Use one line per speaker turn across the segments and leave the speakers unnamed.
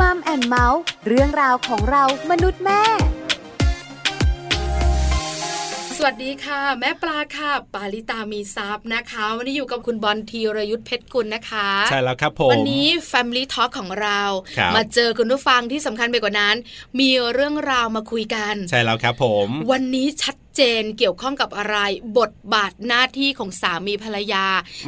มัมแอนเมาส์เรื่องราวของเรามนุษย์แม่
สวัสดีค่ะ แม่ปลาค่ะ ปาลิตามีซับนะคะ วันนี้อยู่กับคุณบอลธีรยุทธเพชรกุลนะคะ
ใช่แล้วครับผม
วันนี้ Family Talk ของเรา
ครับ
มาเจอคุณผู้ฟังที่สำคัญไปกว่านั้น มีเรื่องราวมาคุยกัน
ใช่แล้วครับผม
วันนี้ชัดเจนเกี่ยวข้องกับอะไร บทบาทหน้าที่ของสามีภรรยา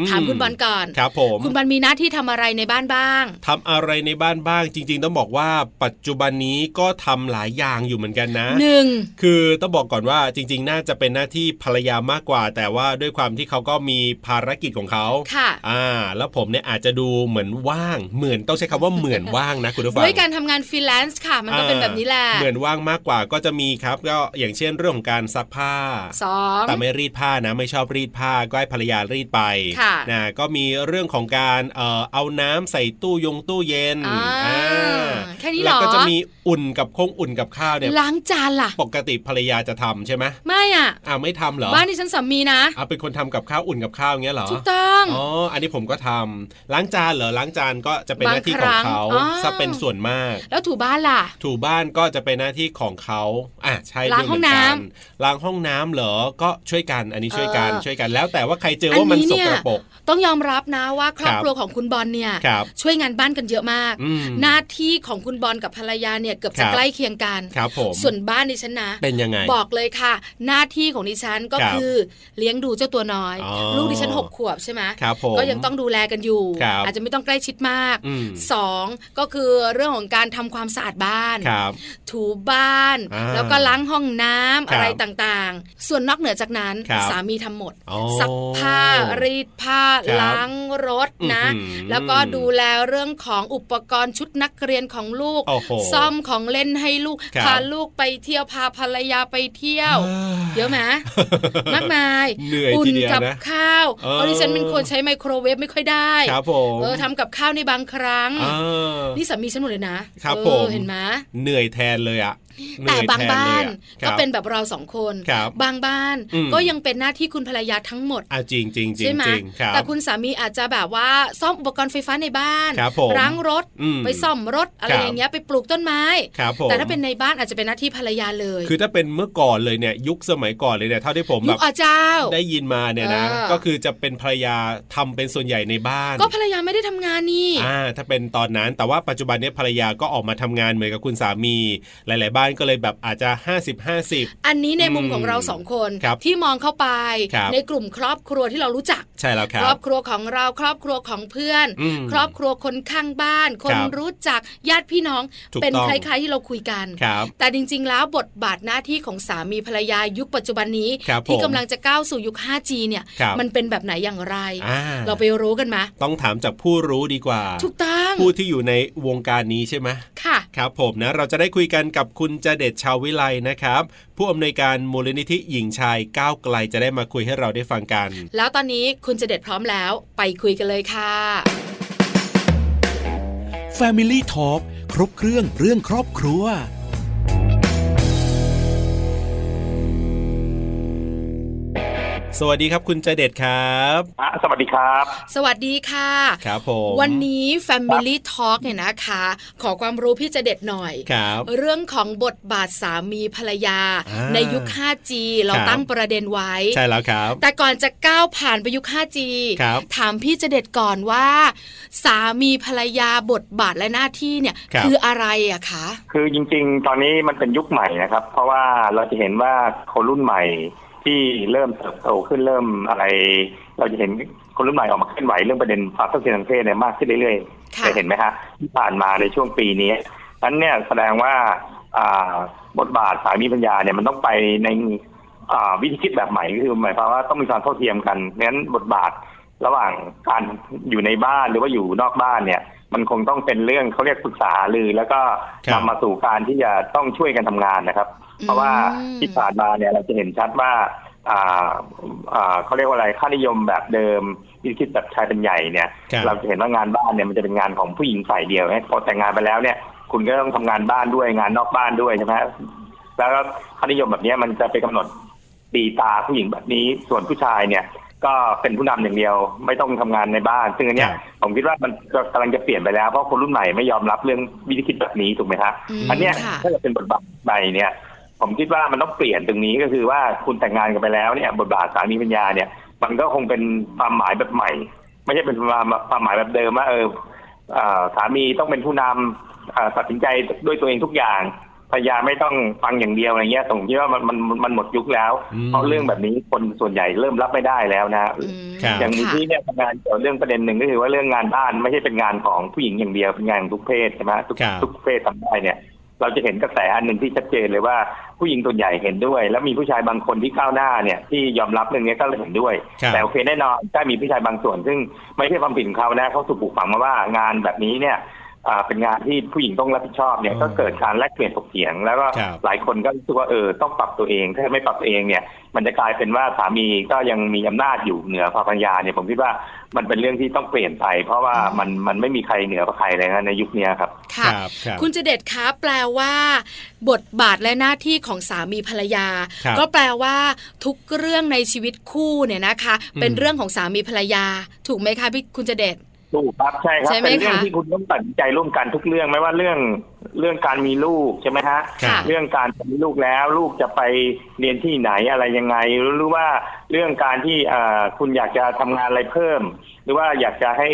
ถามคุณบอลก่อน
ครับผม
คุณบอลมีหน้าที่ทำอะไรในบ้านบ้าง
ทำอะไรในบ้านบ้างจริง ๆ ต้องบอกว่าปัจจุบันนี้ก็ทำหลายอย่างอยู่เหมือนกันนะ
หนึ่ง
คือต้องบอกก่อนว่าจริง ๆ น่าจะเป็นหน้าที่ภรรยามากกว่า แต่ว่าด้วยความที่เขาก็มีภารกิจของเขา
ค่ะ
อ่า แล้วผมเนี่ยอาจจะดูเหมือนว่าง เหมือนต้องใช้คำว่าเหมือนว่างนะคุณผู้ฟัง
ด้วยการทำงานฟรีแลนซ์ค่ะ มันก็เป็นแบบนี้แหละ
อ่าเหมือนว่างมากกว่าก็จะมีครับ ก็อย่างเช่นเรื่องของการซักผ้า
สอง
แต่ไม่รีดผ้านะ ไม่ชอบรีดผ้าก็ให้ภรรยารีดไป
ค่ะ
นะก็มีเรื่องของการเอ่อเอาน้ำใส่ตู้ยงตู้เย็น
อ่า
อ่า
แค่นี้เหรอ
แล้วก็จะมีอุ่นกับคงอุ่นกับข้าวเนี่ย
ล้างจานล่ะ
ปกติภรรยาจะทำใช่ไหม
ไม่อ่ะ
อ้าวไม่ทำเหรอ
บ้านที่ฉันสามีนะ
อ่าเป็นคนทำกับข้าวอุ่นกับข้าวอย่างเงี้ยเหรอ
ถูกต้อง
อ๋อ อันนี้ผมก็ทำล้างจานเหรอล้างจานก็จะเป็นหน้าที่ของเขา
บางครั้งอ๋อ
ซะเป็นส่วนมาก
แล้วถูบ้านล่ะ
ถูบ้านก็จะเป็นหน้าที่ของเขาอ่ะใช่
ล้างห้องน้ำ
เมืกัล้างห้องน้ำเหรอ ก็ช่วยกัน อันนี้ช่วยกัน
เออ
ช่วยกัน แล้วแต่ว่าใครเจอว่ามันสกปรก
ต้องยอมรับนะว่าครอบ
ครับ
ครัวของคุณบอลเนี่ย
ครับ
ช่วยงานบ้านกันเยอะมาก
อืม
หน้าที่ของคุณบอลกับภรรยาเนี่ยเกือบจะ
ครับ
ใกล้เคียงกัน
ครับผม
ส่วนบ้านดิฉันนะ
เป็นยังไง
บอกเลยค่ะ หน้าที่ของดิฉันก็
ครับ
คือเลี้ยงดูเจ้าตัวน้อย
อ๋อ
ลูกดิฉันหกขวบใช่ไหม
ครับผม
ก็ยังต้องดูแลกันอยู่
ครับ
อาจจะไม่ต้องใกล้ชิดมาก
อืม
สองก็คือเรื่องของการทำความสะอาดบ้าน
ครับ
ถูบ้าน
อ่า
แล้วก็ล้างห้องน้ำ
ครับ
อะไรต่างๆ ส่วนนอกเหนือจากนั้น
ครับ
สามีทำหมด
อ๋อ
ซักผ้ารีดผ้า
ครับ
ล้างรถนะ
อื้อหือ
แล้วก็ดูแลเรื่องของอุปกรณ์ชุดนักเรียนของลูก
โอ้โห
ซ่อมของเล่นให้ลูก
ครับ
พาลูกไปเที่ยวพาภรรยาไปเที่ยว เย อะไหมมากมาย
เหนื่อย
อุ่
ที
น
เดียว
กับ
นะ
ข้าว
เออ
เพราะดิฉันเป็นคนใช้ไมโครเวฟไม่ค่อยได้
ครับผม
เออทำกับข้าวในบางครั้ง
อ่า
นี่สามีฉันหมดเลยนะครับเออ
ผม
เห็นไหม
เหนื่อยแทนเลยอะเห
แต่
นื่อย
บาง
ท
บ้า
เลย
น
อะ
ก็
ครับ
เป็นแบบเราสองคน
ครับ
งบ้าน
อืม
ก็ยังเป็นหน้าที่คุณภรรยาทั้งหมด
อ่ะจริงจริงจริง
ใช่ไหม
จริงครับ
แต่คุณสามีอาจจะแบบว่าซ่อมอุปกรณ์ไฟฟ้าในบ้าน
ครับผม
ล้างรถ
อืม
ไปซ่อมรถอะไร
ครับ
อย่างเงี้ยไปปลูกต้นไม้
ครับผม
แต่ถ้าเป็นในบ้านอาจจะเป็นหน้าที่ภรรยาเลย
คือถ้าเป็นเมื่อก่อนเลยเนี่ยยุคสมัยก่อนเลยเนี่ยเท่าที่ผม
ยุ
แบ
ค
บ
อาเจ้า
ได้ยินมาเนี่ยนะ
เออ
ก็คือจะเป็นภรรยาทำเป็นส่วนใหญ่ในบ้าน
ก็ภรรยาไม่ได้ทำงานนี่
อ่าถ้าเป็นตอนนั้นแต่ว่าปัจจุบันเนี้ภรรยาก็ออกมาทำงานเหมือนกับคุณสามี หลาย ๆ บ้านก็เลยแบบอาจจะ 50 50
อันนี้ในมุม
อืม
ของเราสองคน
ครับ
ที่มองเข้าไป
ครับ
ในกลุ่มครอบครัวที่เรารู้จัก
ใช่แล้วค
คร
รั
อบ บครัวของเราครอบครัวของเพื่อน
อืม
ครอบครัวคนข้างบ้าน คน
ครับ
รู้จักญาติพี่น้อง
ถูก
เป็น
ต้อง
คล้ายๆที่เราคุยกัน
ครับ
แต่จริงๆ แล้วบทบาทหน้าที่ของสามีภรรยายุคปัจจุบันนี้
ครับ
ที่
ผม
กำลังจะก้าวสู่ยุค 5G เนี่ย
ครับ
มันเป็นแบบไหนอย่างไร
อ่า
เราไปรู้กันมา
ต้องถามจากผู้รู้ดีกว่า
ถูกต้อง
ผู้ที่อยู่ในวงการนี้ใช่ไหม
ค่ะ
ครับผมนะเราจะได้คุยกันกับคุณจเดชชาววิไลนะครับ ผู้อำนวยการมูลนิธิหญิงชายก้าวไกลจะได้มาคุยให้เราได้ฟังกัน
แล้วตอนนี้คุณจะเด็ดพร้อมแล้ว ไปคุยกันเลยค่ะ
Family Talk ครบเครื่องเรื่องครอบครัว
สวัสดีครับคุณจเดชครับ
อ่ะสวัสดีครับ
สวัสดีค่ะ
ครับผม
วันนี้ Family Talk เนี่ยนะคะ ขอความรู้พี่จะเด็ดหน่อย
ครับ
เรื่องของบทบาทสามีภรรยา
อ่า
ในยุค 5G เรา
ครับ
ตั้งประเด็นไว้
ใช่แล้วครับ
แต่ก่อนจะก้าวผ่านไปยุค 5G
ครับ
ถามพี่เจเด็ดก่อนว่า สามีภรรยาบทบาทและหน้าที่เนี่ย
ครับ
ออะไรอะคะ
คือจริงๆ ตอนนี้มันเป็นยุคใหม่นะครับ เพราะว่าเราจะเห็นว่าคนรุ่นใหม่ที่เริ่มเติบโตขึ้นเริ่มอะไร เราจะเห็นคนรุ่นใหม่ออกมาเคลื่อนไหวเรื่องประเด็นความเท่าเทียมทางเพศเนี่ยมากขึ้นเรื่อยๆ
ค่ะ
จะเห็นไหมฮะที่ผ่านมาในช่วงปีนี้นั้นเนี่ยแสดงว่าอ่าบทบาทสามีปัญญาเนี่ยมันต้องไปในอ่าวิธีคิดแบบใหม่ก็คือหมายความว่าต้องมีความเท่าเทียมกันงั้นบทบาท ระหว่างการอยู่ในบ้านหรือว่าอยู่นอกบ้านเนี่ย มันคงต้องเป็นเรื่องเขาเรียกปรึกษาหรือ แล้วก็
ครับ
นำมาสู่การที่จะต้องช่วยกันทำงานนะครับ เพราะว่า
อืม
ที่ผ่านมาเนี่ยเราจะเห็นชัดว่าอ่าอ่าเขาเรียกว่าอะไรค่านิยมแบบเดิมที่คิดแบบชายเป็นใหญ่เนี่ย
ครับ
เราจะเห็นว่างานบ้านเนี่ยมันจะเป็นงานของผู้หญิงฝ่ายเดียวนะพอแต่งงานไปแล้วเนี่ย คุณก็ต้องทำงานบ้านด้วยงานนอกบ้านด้วยใช่ไหมแล้วก็ค่านิยมแบบเนี้ยมันจะไปกำหนดตีตาผู้หญิงแบบนี้ ส่วนผู้ชายเนี่ย ก็เป็นผู้นำอย่างเดียว ไม่ต้องทำงานในบ้าน ซึ่งอันเนี้ย
ครับ
ผมคิดว่ามันก็กำลังจะเปลี่ยนไปแล้วเพราะคนรุ่นใหม่ไม่ยอมรับเรื่องวิธีคิดแบบนี้ถูกไหมฮะ
อืม
อันเนี้ย
ค่ะ
ถ้าจะเป็นบทบาทใหม่เนี่ย ผมคิดว่ามันต้องเปลี่ยนตรงนี้ก็คือว่าคุณแต่งงานกันไปแล้วเนี่ยบทบาทสามีปัญญาเนี่ย มันก็คงเป็นความหมายแบบใหม่ ไม่ใช่เป็นความความหมายแบบเดิมว่าเออเอ่อสามีต้องเป็นผู้นำเอ่อตัดสินใจด้วยตัวเองทุกอย่างภรรยาไม่ต้องฟังอย่างเดียวอะไรเงี้ยผมคิดว่ามันมันมันหมดยุคแล้ว
อืม
เพราะเรื่องแบบนี้คนส่วนใหญ่เริ่มรับไม่ได้แล้วนะ
อืม
ครับ
อย่าง
ค่ะ
ที่เนี่ยทำงานเกี่ยวกับเรื่องประเด็นหนึ่งก็คือว่าเรื่องงานบ้านไม่ใช่เป็นงานของผู้หญิงอย่างเดียวเป็นงานของทุกเพศใช่ไหมทุก
ครับ
ทุกเพศทำได้เนี่ย เราจะเห็นกระแสอันหนึ่งที่ชัดเจนเลยว่าผู้หญิงส่วนใหญ่เห็นด้วย แล้วมีผู้ชายบางคนที่ก้าวหน้าเนี่ยที่ยอมรับเรื่องนี้ก็เลยเห็นด้วย
ครับ
แต่โอเคแน่นอนถ้ามีผู้ชายบางส่วน ซึ่งไม่ใช่ความผิดของเขานะเขาถูกปลูกฝังมาว่างานแบบนี้เนี่ยอ่าเป็นงานที่ผู้หญิงต้องรับผิดชอบเนี่ย
อืม
ก็เกิดการแลกเปลี่ยนถกเถียง แล้วก็
ครับ
หลายคนก็รู้สึกว่าเออต้องปรับตัวเองถ้าไม่ปรับตัวเองเนี่ย มันจะกลายเป็นว่าสามีก็ยังมีอำนาจอยู่เหนือภรรยาเนี่ยผมคิดว่ามันเป็นเรื่องที่ต้องเปลี่ยนไปเพราะว่า
อืม
มันมันไม่มีใครเหนือกว่าใครเลยนะในยุคเนี้ยครับ
ค่ะ
ครับครับ
คุณเจเดชคะแปลว่า บทบาทและหน้าที่ของสามีภรรยา
ครับ
ก็แปลว่าทุกเรื่องในชีวิตคู่เนี่ยนะคะ
อืม
เป็นเรื่องของสามีภรรยา ถูกไหมคะพี่คุณเจเดช
ถูกครับใช่ครับ
ใช่ไหม
เป็นเรื่อง
คะ
ที่คุณต้องตัดสินใจร่วมกันทุกเรื่องไม่ว่าเรื่องเรื่องการมีลูกใช่ไหมฮะ
ค่ะ
เรื่องการมีลูกแล้ว ลูกจะไปเรียนที่ไหนอะไรยังไงหรือหรือว่าเรื่องการที่เอ่อคุณอยากจะทำงานอะไรเพิ่ม หรือว่าอยากจะให้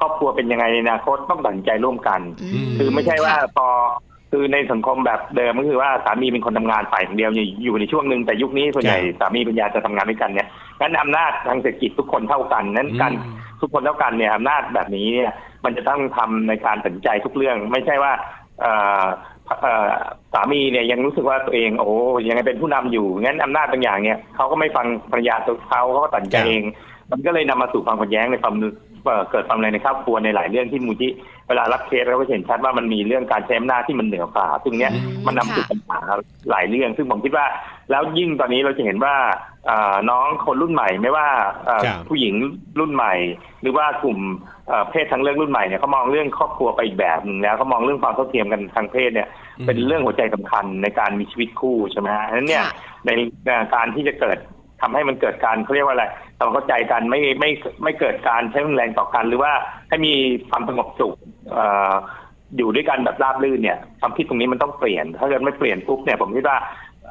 ครอบครัวเป็นยังไงในอนาคตต้องตัดสินใจร่วมกัน
อืม
คือไม่ใช่ว่า
ค่ะ
พอคือในสังคมแบบเดิมก็คือว่าสามีเป็นคนทำงานฝ่ายเดียวอยู่อยู่ในช่วงหนึ่งแต่ยุคนี้ส่วนใหญ่สามีปัญญาจะทำงานด้วยกันเนี่ยงั้นอำนาจทางเศรษฐกิจทุกคนเท่ากันนั้นการ
อืม
ทุกคนเท่ากันเนี่ยอำนาจแบบนี้เนี่ยมันจะต้องทำในการตัดสินใจทุกเรื่อง ไม่ใช่ว่าเอ่อเอ่อสามีเนี่ยยังรู้สึกว่าตัวเอง โอ้ยังไงเป็นผู้นำอยู่งั้นอำนาจบางอย่างเนี่ยเขาก็ไม่ฟังภรรยาตัวเขาเขาก็ตัดสินใจ
ครับ
เอง มันก็เลยนำมาสู่ความขัดแย้งในความเอ่อเกิดความอะไรในครอบครัวในหลายเรื่องที่มูลที่เวลารับเคสเราก็เห็นชัดว่ามันมีเรื่องการใช้อำนาจที่มันเหนือกว่าซึ่งเนี้ย
อืม
มันนำสู่
ค่ะ
ปัญหาหลายเรื่อง ซึ่งผมคิดว่า แล้วยิ่งตอนนี้เราจะเห็นว่าเอ่อน้องคนรุ่นใหม่ไม่ว่าเอ่อ
ครับ
ผู้หญิงรุ่นใหม่ หรือว่ากลุ่มเอ่อเพศทางเรื่องรุ่นใหม่เนี่ยเขามองเรื่องครอบครัวไปอีกแบบหนึ่งแล้วเขามองเรื่องความเท่าเทียมกันทางเพศเนี่ย
อืม
เป็นเรื่องหัวใจสำคัญในการมีชีวิตคู่ใช่ไหมฮะฉะนั้นเนี่ย
ค่ะ
ในในการที่จะเกิดทำให้มันเกิดการเขาเรียกว่าอะไรทำความเข้าใจกันไม่ไม่ไม่เกิดการใช้รุนแรงต่อกัน หรือว่าให้มีความสงบสุขเอ่ออยู่ด้วยกันแบบราบรื่นเนี่ยความคิดตรงนี้มันต้องเปลี่ยน ถ้าเกิดไม่เปลี่ยนปุ๊บเนี่ยผมคิดว่า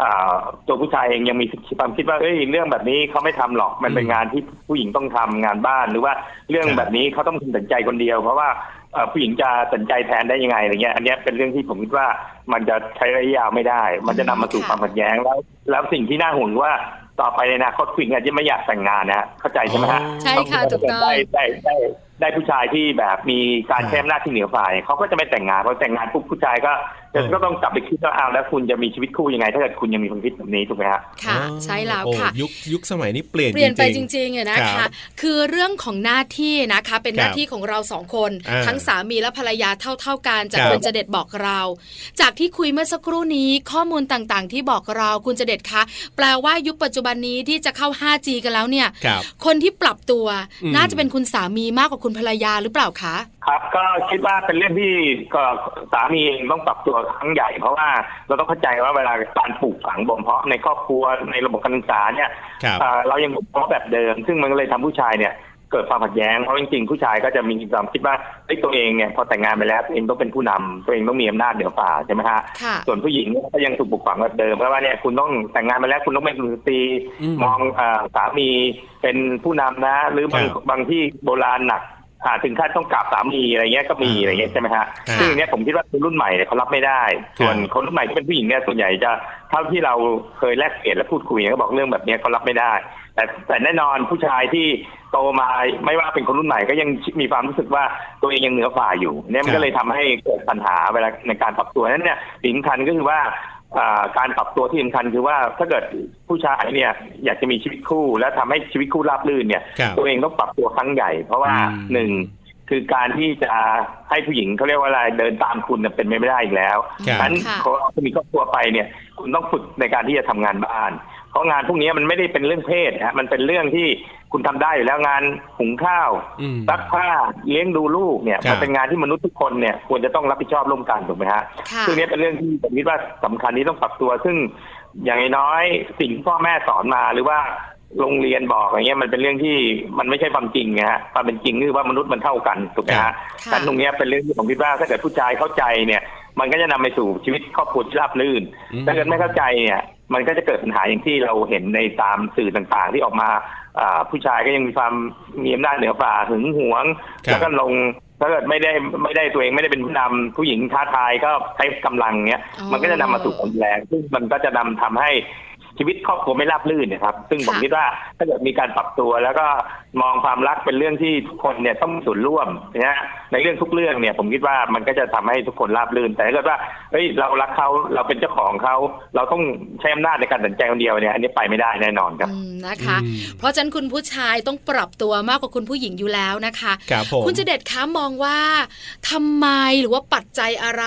อ่าตัวผู้ชายเองยังมีความคิดว่าเอ้ยเรื่องแบบนี้เขาไม่ทำหรอกมันเป็น
อืม
งานที่ผู้หญิงต้องทำงานบ้าน หรือว่าเรื่อง
ครับ
แบบนี้เขาต้องตัดสินใจคนเดียว เพราะว่าเอ่อผู้หญิงจะตัดสินใจแทนได้ยังไงอะไรเงี้ยอันเนี้ยเป็นเรื่องที่ผมคิดว่ามันจะใช้ระยะยาวไม่ได้ มันจะนำมาสู่
ค่ะ
ความขัดแย้งแล้ว แล้วสิ่งที่น่าห่วงคือว่าต่อไปในอนาคตผู้หญิงอาจจะไม่อยากแต่งงานนะฮะเข้าใจใช่ไหมฮะ
ใช่ค่ะถูกต้อง
ได้ได้ได้ได้ผู้ชายที่แบบมีการ
อ่า
แช่อำนาจที่เหนือฝ่ายเขาก็จะไม่แต่งงานเพราะแต่งงานปุ๊บผู้ชายก็
เออ
ก็ต้องกลับไปคิดว่าเอาแล้วคุณจะมีชีวิตคู่ยังไง ถ้าเกิดคุณยังมีความคิดแบบนี้ถูกไหมฮะ
ค่ะ
อ๋อ
ใช่แล้ว
โอ้
ค่ะ
ยุคยุคสมัยนี้เปลี่ยน
เปลี่ยนไปจ
ริง
ริงๆเนี่ยนะ
ครั
คะ
บ
คือเรื่องของหน้าที่นะคะ เป็นหน้า
ครับ
ที่ของเราสองคน
อ่า
ทั้งสามีและภรรยาเท่า ๆกัน จาก
ครับ
คุณเจเด็ดบอกเรา จากที่คุยเมื่อสักครู่นี้ข้อมูลต่างๆ ที่บอกเราคุณเจเด็ดคะแปลว่ายุคปัจจุบันนี้ที่จะเข้า 5G กันแล้วเนี่ย
ๆครับ
คนที่ปรับตัว
อืม
น่าจะเป็นคุณสามีมากกว่าคุณภรรยาหรือเปล่าคะ
ครับก็คิดว่าเป็นเรื่องที่ก็สามีเองต้องปรับตัวครั้งใหญ่ เพราะว่าเราต้องเข้าใจว่าเวลาการปลูกฝังบ่มเพาะในครอบครัวในระบบการศึกษาเนี่ย
ครับ
อ่าเรายังเพราะแบบเดิม ซึ่งมันก็เลยทำผู้ชายเนี่ยเกิดความขัดแย้งเพราะจริงๆผู้ชายก็จะมีความคิดว่าเฮ้ยตัวเองเนี่ยพอแต่งงานไปแล้วตัวเองต้องเป็นผู้นำตัวเองต้องมีอำนาจเหนือฝ่าใช่ไหมฮะ
ค่ะ
ส่วนผู้หญิงเนี่ยก็ยังถูกปลูกฝังแบบเดิมเพราะว่าเนี่ยคุณต้องแต่งงานไปแล้วคุณต้องเป็นสตรี
อืม
มองอาสามีเป็นผู้นำนะ หรือบาง
ครับ
บางที่โบราณหนักอ่าถึงขั้นต้องกราบสามีอะไรเงี้ยก็มีอะไรเงี้ยใช่ไหมฮะ
อ่า
ซึ่งอันเนี้ยผมคิดว่าคนรุ่นใหม่เนี่ยเขารับไม่ได้ ส่วนคนรุ่นใหม่ที่เป็นผู้หญิงเนี่ยส่วนใหญ่จะเท่าที่เราเคยแลกเปลี่ยนและพูดคุยเนี่ยก็บอกเรื่องแบบเนี้ยเขารับไม่ได้ แต่แต่แน่นอนผู้ชายที่โตมาไม่ว่าเป็นคนรุ่นใหม่ก็ยังมีความรู้สึกว่าตัวเองยังเหนือฝ่าอยู่เนี่ยมั
ครั
น
บ
ก็เลยทำให้เกิดปัญหาเวลาในการปรับตัวนั้นเนี่ยสิ่งสำคัญก็คือว่าอ่าการปรับตัวที่สำคัญคือว่าถ้าเกิดผู้ชายเนี่ยอยากจะมีชีวิตคู่ และทำให้ชีวิตคู่ราบรื่นเนี่ย
ครับ
ตัวเองต้องปรับตัวครั้งใหญ่ เพราะว่า
อืม
หนึ่งคือการที่จะให้ผู้หญิงเขาเรียกว่าอะไรเดินตามคุณน่ะเป็นไปไม่ได้อีกแล้ว
ครับ
ฉะนั้น
ค่ะ
เขามีครอบครัวไปเนี่ย คุณต้องฝึกในการที่จะทำงานบ้าน เพราะงานพวกนี้มันไม่ได้เป็นเรื่องเพศนะฮะมันเป็นเรื่องที่คุณทำได้อยู่แล้วงานหุงข้าว
อืม
ซักผ้าเลี้ยงดูลูกเนี่ย
ครับ
มันเป็นงานที่มนุษย์ทุกคนเนี่ยควรจะต้องรับผิดชอบร่วมกันถูกไหมฮะ
ค่ะ
ซึ่งเนี้เป็นเรื่องที่ผมคิดว่าสำคัญที่ต้องปรับตัว ซึ่งอย่างน้อยๆสิ่งที่พ่อแม่สอนมาหรือว่า โรงเรียนบอกอย่างเงี้ยมันเป็นเรื่องที่มันไม่ใช่ความจริงนะฮะความเป็นจริงคือว่ามนุษย์มันเท่ากันถูกไหมฮะ
ค่ะ
ดังนั้นตรงเนี้ยเป็นเรื่องที่ผมคิดว่าถ้าเกิดผู้ชายเข้าใจเนี่ย มันก็จะนำไปสู่ชีวิตครอบครัวที่ราบรื่น
อืม
ถ้าเกิดไม่เข้าใจเนี่ย มันก็จะเกิดปัญหาอย่างที่เราเห็นในตามสื่อต่างๆ ที่ออกมาอ่าผู้ชายก็ยังมีความมีอำนาจเหนือฝ่าหึงหวง
ครับ
แล้วก็ลงถ้าเกิดไม่ได้ไม่ได้ตัวเองไม่ได้เป็นผู้นำผู้หญิงท้าทายก็ใช้กำลังเนี้ย
อ๋อ
มันก็จะนำมาสู่ความรุนแรงซึ่งมันก็จะนำทำให้ชีวิตครอบครัวไม่ราบรื่นเนะครับ ซึ่งผม
ค่ะ
คิดว่าถ้าเกิดมีการปรับตัวแล้วก็มองความรักเป็นเรื่องที่ทุกคนเนี่ยต้องมีส่วนร่วมนะฮะในเรื่องทุกเรื่องเนี่ย ผมคิดว่ามันก็จะทำให้ทุกคนราบรื่น แต่ถ้าเกิดว่าเฮ้ยเรารักเขาเราเป็นเจ้าของเขาเราต้องใช้อำนาจในการตัดสินใจคนเดียวเนี่ยอันนี้ไปไม่ได้แน่นอนครับ
อืมนะคะ
อืม
เพราะฉะนั้นคุณผู้ชายต้องปรับตัวมากกว่าคุณผู้หญิงอยู่แล้วนะคะ
ครับผม
คุณเจเด็ดคะมองว่าทำไมหรือว่าปัจจัยอะไร